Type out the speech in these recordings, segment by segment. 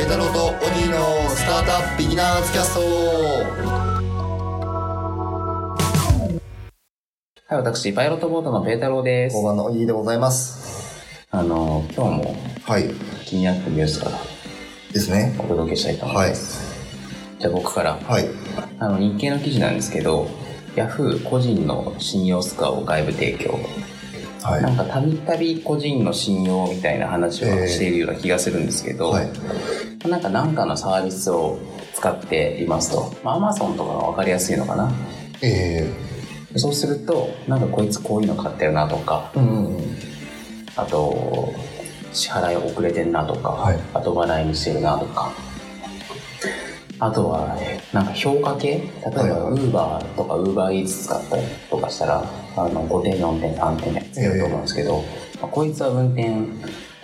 イ太郎とオギーのスタートアップビギナーズキャストはい、私、パイロットボートのペータローです交。番のオギーでございますあの、今日もはい気になったニュースからですねお届けしたいと思いはいます。じゃあ僕から、はいあの、日経の記事なんですけど、ヤフー個人の信用スカを外部提供。はなんかたびたび個人の信用みたいな話をえーしているような気がするんですけど、はいなんか何かのサービスを使っていますと。まあ、Amazon とかが分かりやすいのかな。えそうすると、なんかこいつこういうの買ったよなとか、ー、うんうんうんあと支払い遅れてんなとか、はい後払いにしてるなとかあとはなんか評価系例えばはい Uber とか UberEats 使ったりとかしたらあの5点4点3点つけると思うんですけど、まあこいつは運転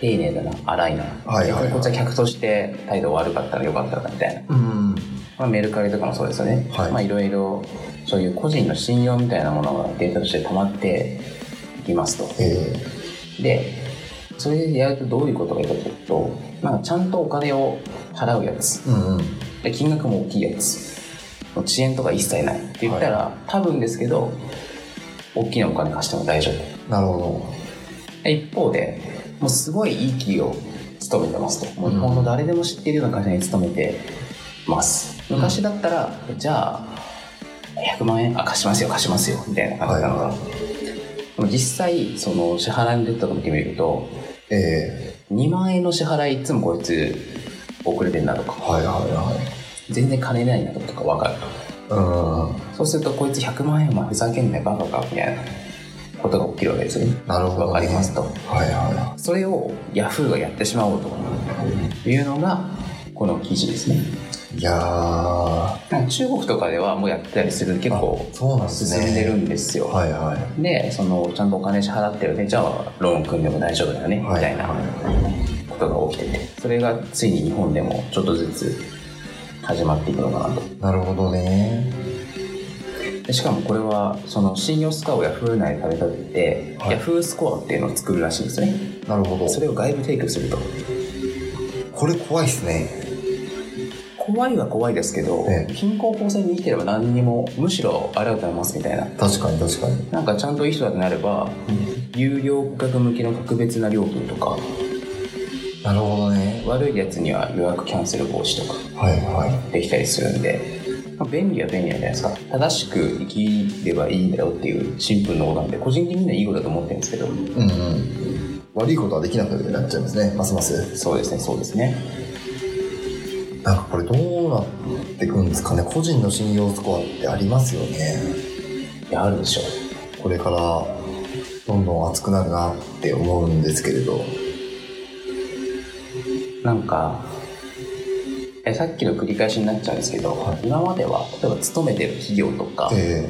丁寧だな荒いな、はいはいはい逆にこっちは客として態度悪かったらよかったなみたいな、うんまあ、メルカリとかもそうですよね、はいまあいろいろそういう個人の信用みたいなものがデータとして溜まっていきますと、えでそれでやるとどういうことがいいかというと、まあ、ちゃんとお金を払うやつー、うんうんで金額も大きいやつもう遅延とか一切ないって言ったら、多分ですけど大きなお金貸しても大丈夫なるほで一方でもうすごいいい企業勤めてますともううん日本の誰でも知ってるような会社に勤めてますうん昔だったら、じゃあ100万円あ貸しますよ貸しますよみたいな感じなのが、はでも実際その支払いのデータとか見てみるとどえ2万円の支払いいつもこいつ遅れてんなとー、かはいはいはい全然金ないなとか分かるうそうするとこいつ100万円お前ふざけんなよバカかみたいなことが起きるわけですよねんなるほど、ね、分かりますとはいはそれをヤフーがやってしまおうというのがこの記事ですねいいやーなんか中国とかではもうやってたりする結構あそうなんですね進んでるんですよはいはいでそのちゃんとお金支払ってるねじゃあローン組んでも大丈夫だよねみはいたいなことが起きててそれがついに日本でもちょっとずつ始まっていくのかなとなるほどねでしかもこれはその信用スコアを Yahoo 内で食べ立てて、はい Yahoo スコアっていうのを作るらしいんですよねなるほどそれを外部提供するとこれ怖いっすね怖いは怖いですけど、ええ貧困法制に生きてれば何にもむしろあれだと思いますみたいな確かに確かになんかちゃんといい人だとなれば有料顧客向けの特別な料金とかなるほどね悪いやつには予約キャンセル防止とかはいはできたりするんで、まあ便利は便利なんじゃないですか正しく生きればいいんだよっていうシンプルなことなんで個人的にはいいことだと思ってるんですけどいうんうん悪いことはできなくなっちゃいますねますますそうですねそうですねなんかこれどうなってくんですかね個人の信用スコアってありますよねいやあるでしょこれからどんどん熱くなるなって思うんですけれどなんかえさっきの繰り返しになっちゃうんですけど、はい今までは例えば勤めてる企業とか、え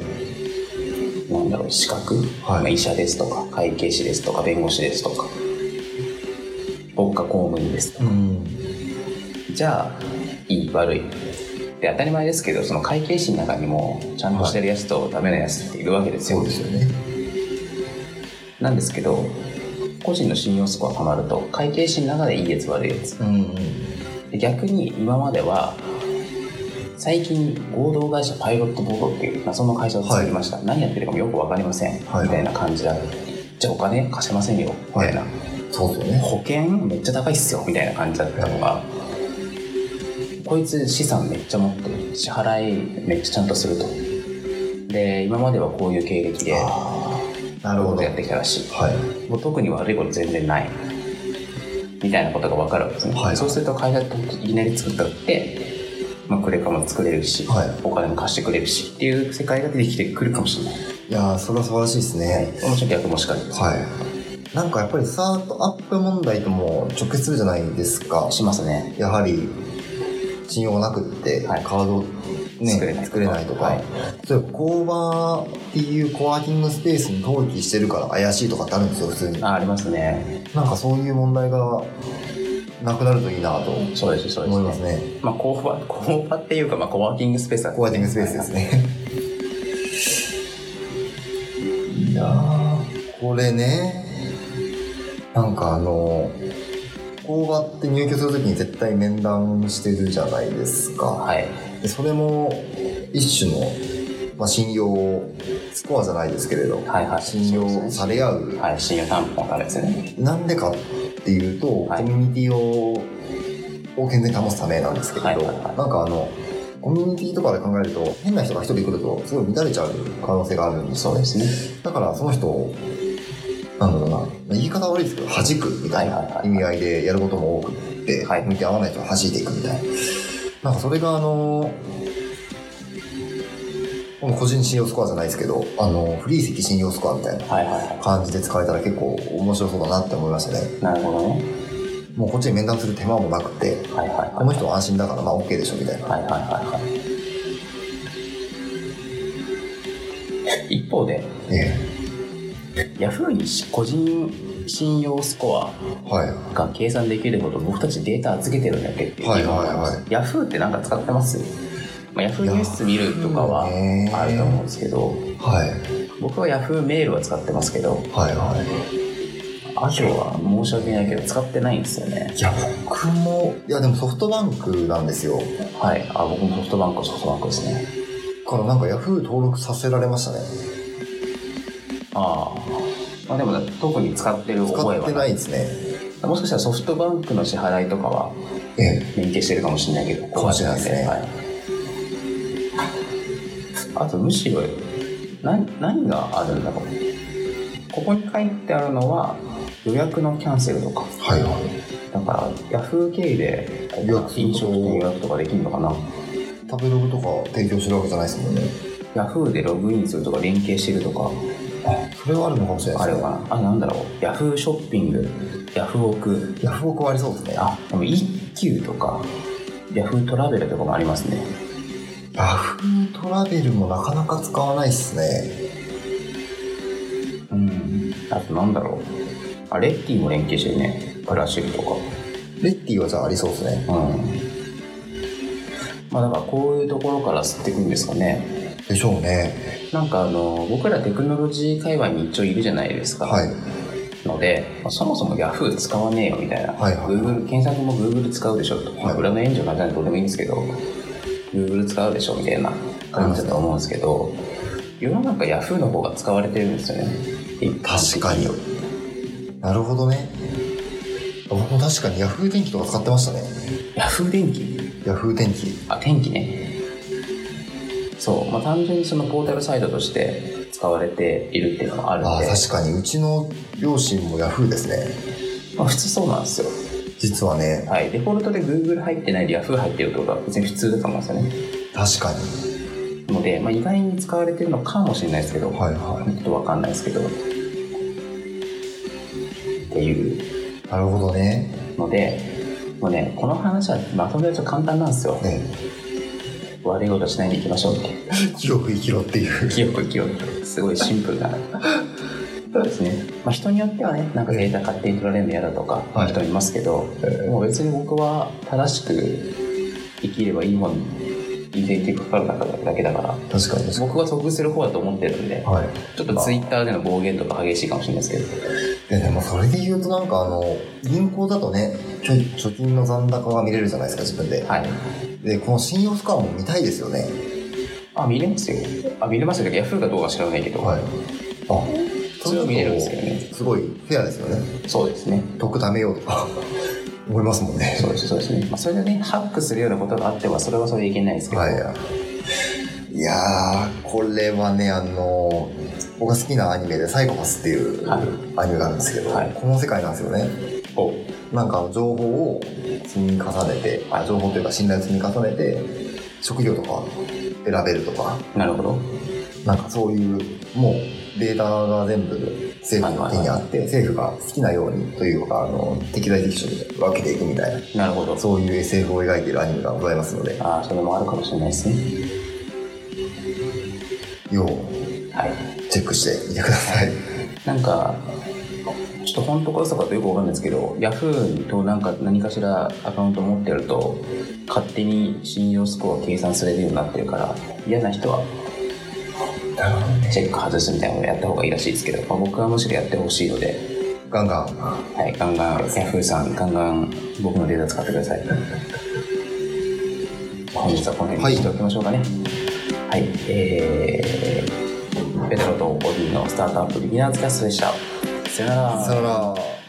なんだろう資格、はいまあ医者ですとか会計士ですとか弁護士ですとか国家公務員ですとえかうんじゃあいい悪いで当たり前ですけどその会計士の中にもちゃんとしてるやつとダメなやつっているわけですよ、そうですよねなんですけど個人の信用スコアたまると会計士の中でいいやつ悪いやつうんうんで逆に今までは最近合同会社パイロットボードっていう謎の会社を作りました、何やってるかもよく分かりません、はいみたいな感じだじゃあお金貸せませんよみたいな、そうですよね保険めっちゃ高いっすよみたいな感じだったのが、こいつ資産めっちゃ持ってる支払いめっちゃちゃんとするとで今まではこういう経歴でああなるほこどとやってきたらしいはいもう特に悪いこと全然ないみたいなことが分かるわけですね、はいそうすると会社っていきなり作ったって、まあ、クレカも作れるし、はいお金も貸してくれるしっていう世界が出てきてくるかもしれない、いやーそれは素晴らしいですね、もちろん逆もしかりです、はい。なんかやっぱりスタートアップ問題とも直結するじゃないですか。しますねやはり、信用がなくって、カはいード、ね、作れない作れないとか、はい例えば工場っていうコワーキングスペースに登記してるから怪しいとかってあるんですよ、普通に。あありますねなんかそういう問題がなくなるといいなとそうですそうです、思いますね。まあ、工場工場っていうか、まあ、コワーキングスペースはコワーキングスペースですね。 いやー、これね、なんかあの、工場って入居するときに絶対面談してるじゃないですか。はい。でそれも一種の、まあ、信用スコアじゃないですけれど、はいはい信用され合う、はい、信用担保からですよね。なんでかっていうと、はいコミュニティをを健全に保つためなんですけれど、はいはいはいなんかあのコミュニティとかで考えると変な人が一人来るとすごい乱れちゃう可能性があるんですよそうねですね。だからその人をなんだろうなまあ言い方悪いですけど弾くみたいはいはいなはい意味合いでやることも多くって、はい向いて合わない人は弾いていくみたいななんかそれがあのこの個人信用スコアじゃないですけどあのフリー席信用スコアみたいなはいはいは感じで使えたら結構面白そうだなって思いましたねい。なるほどね。もうこっちに面談する手間もなくてはいはいはい。この人は安心だからまあ OK でしょみたいなはいはいはいはい。一方で、え Yahoo に個人信用スコアえはいが計算できるほど僕たちデータ預けてるんだっけっていうはい疑問がありますは Yahoo って何か使ってます、まあ、Yahoo ニュース見るとかは Yahoo ねあると思うんですけどはい僕は Yahoo メールは使ってますけどはいはいアジョは申し訳ないけど使ってないんですよねいや僕もいやでもソフトバンクなんですよはいあ僕もソフトバンクはソフトバンクですねからなんか Yahoo 登録させられましたねああまあでも特に使ってる覚え使っはてなないいですねもしかしたらソフトバンクの支払いとかはええ連携してるかもしれないけどかもしれないですねはい、あとむしろな何があるんだろうここに書いてあるのは予約のキャンセルとかはいはいだからヤフー経由で予約する飲食店予約とかできるのかな食べログとか提供してるわけじゃないですもんねヤフーでログインするとか連携してるとかあそれはあるのかもしれなあいでるすのねかなあれなんだろうヤフーショッピングヤフオク Yahoo はありそうですねあでも一休とかヤフートラベルとかもありますね Yahoo トラベルもなかなか使わないですねうんあとなんだろうあレッティも連携してるねブラシルとかレッティはじゃあありそうですねうんまあだからこういうところから吸っていくんですかねでしょうねなんかあの僕らテクノロジー界隈に一応いるじゃないですか、はいので、まあそもそも Yahoo 使わねえよみたいな、はいはい Google 検索も Google 使うでしょと、はい裏の援助なんじゃどうでもいいんですけど Google 使うでしょみたいな感じだと思うんですけど世の中 Yahoo の方が使われてるんですよね確かになるほどね僕も確かに Yahoo 電気とか使ってましたね Yahoo 電気 Yahoo 電気あ天気ねそうまあ単純にそのポータルサイトとして使われているっていうのがあるあんあで確かにうちの両親も Yahoo ですねまあ、普通そうなんですよ実はねはいデフォルトで Google 入ってないで Yahoo 入ってるってことは別に普通だと思うんですよね確かにので、まあ、意外に使われてるのかもしれないですけど、はいはちょっとわかんないですけどっていういなるほどねのでもうねこの話はまとめると簡単なんですよね悪いことしないでいきましょうっていう記憶生きろっていう 記憶記憶すごいシンプルなそうですね、まあ、人によってはねなんかデータ勝手に取られるの嫌だとかはい人いますけど、ええもう別に僕は正しく生きればいい方に人生ってかかるだけだから確かに確か僕は得する方だと思ってるんでにはいちょっとツイッターでの暴言とか激しいかもしれないですけどいやでもそれで言うとなんかあの銀行だとねちょ貯金の残高が見れるじゃないですか自分で、はいでこの信用スコアも見たいですよねあ見れますよあ見れますよヤフーかどうか知らないけど、はいあそれは見れるんですけどねすごいフェアですよねそうですね得貯めようとか 思いますもんねそうですそうですね、まあ、それでねハックするようなことがあってはそれはそれでいけないですけど、はいいやーこれはねあの僕が好きなアニメで「サイコパス」っていうはいアニメがあるんですけど、はいこの世界なんですよねおなんかあの情報を積み重ねてあ情報というか信頼を積み重ねて職業とか選べるとかなるほどなんかそういうもうデータが全部政府の手にあって、政府が好きなようにというかあの適材適所に分けていくみたいななるほどそういう SF を描いているアニメがございますのでああそれもあるかもしれないですね要はいチェックしてみてください。なんかちょっと本当か嘘かとよくわかんないですけど Yahoo となんか何かしらアカウント持ってると勝手に信用スコア計算されるようになってるから嫌な人はチェック外すみたいなのをやった方がいいらしいですけど、まあ、僕はむしろやってほしいのでガンガン。はい、ガンガン、ヤフーさん、ガンガン僕のデータ使ってください。本日はこの辺にしておきましょうかね。はい、えー、ペテロとオディのスタートアップビギナーズキャストでした。さよならさよなら。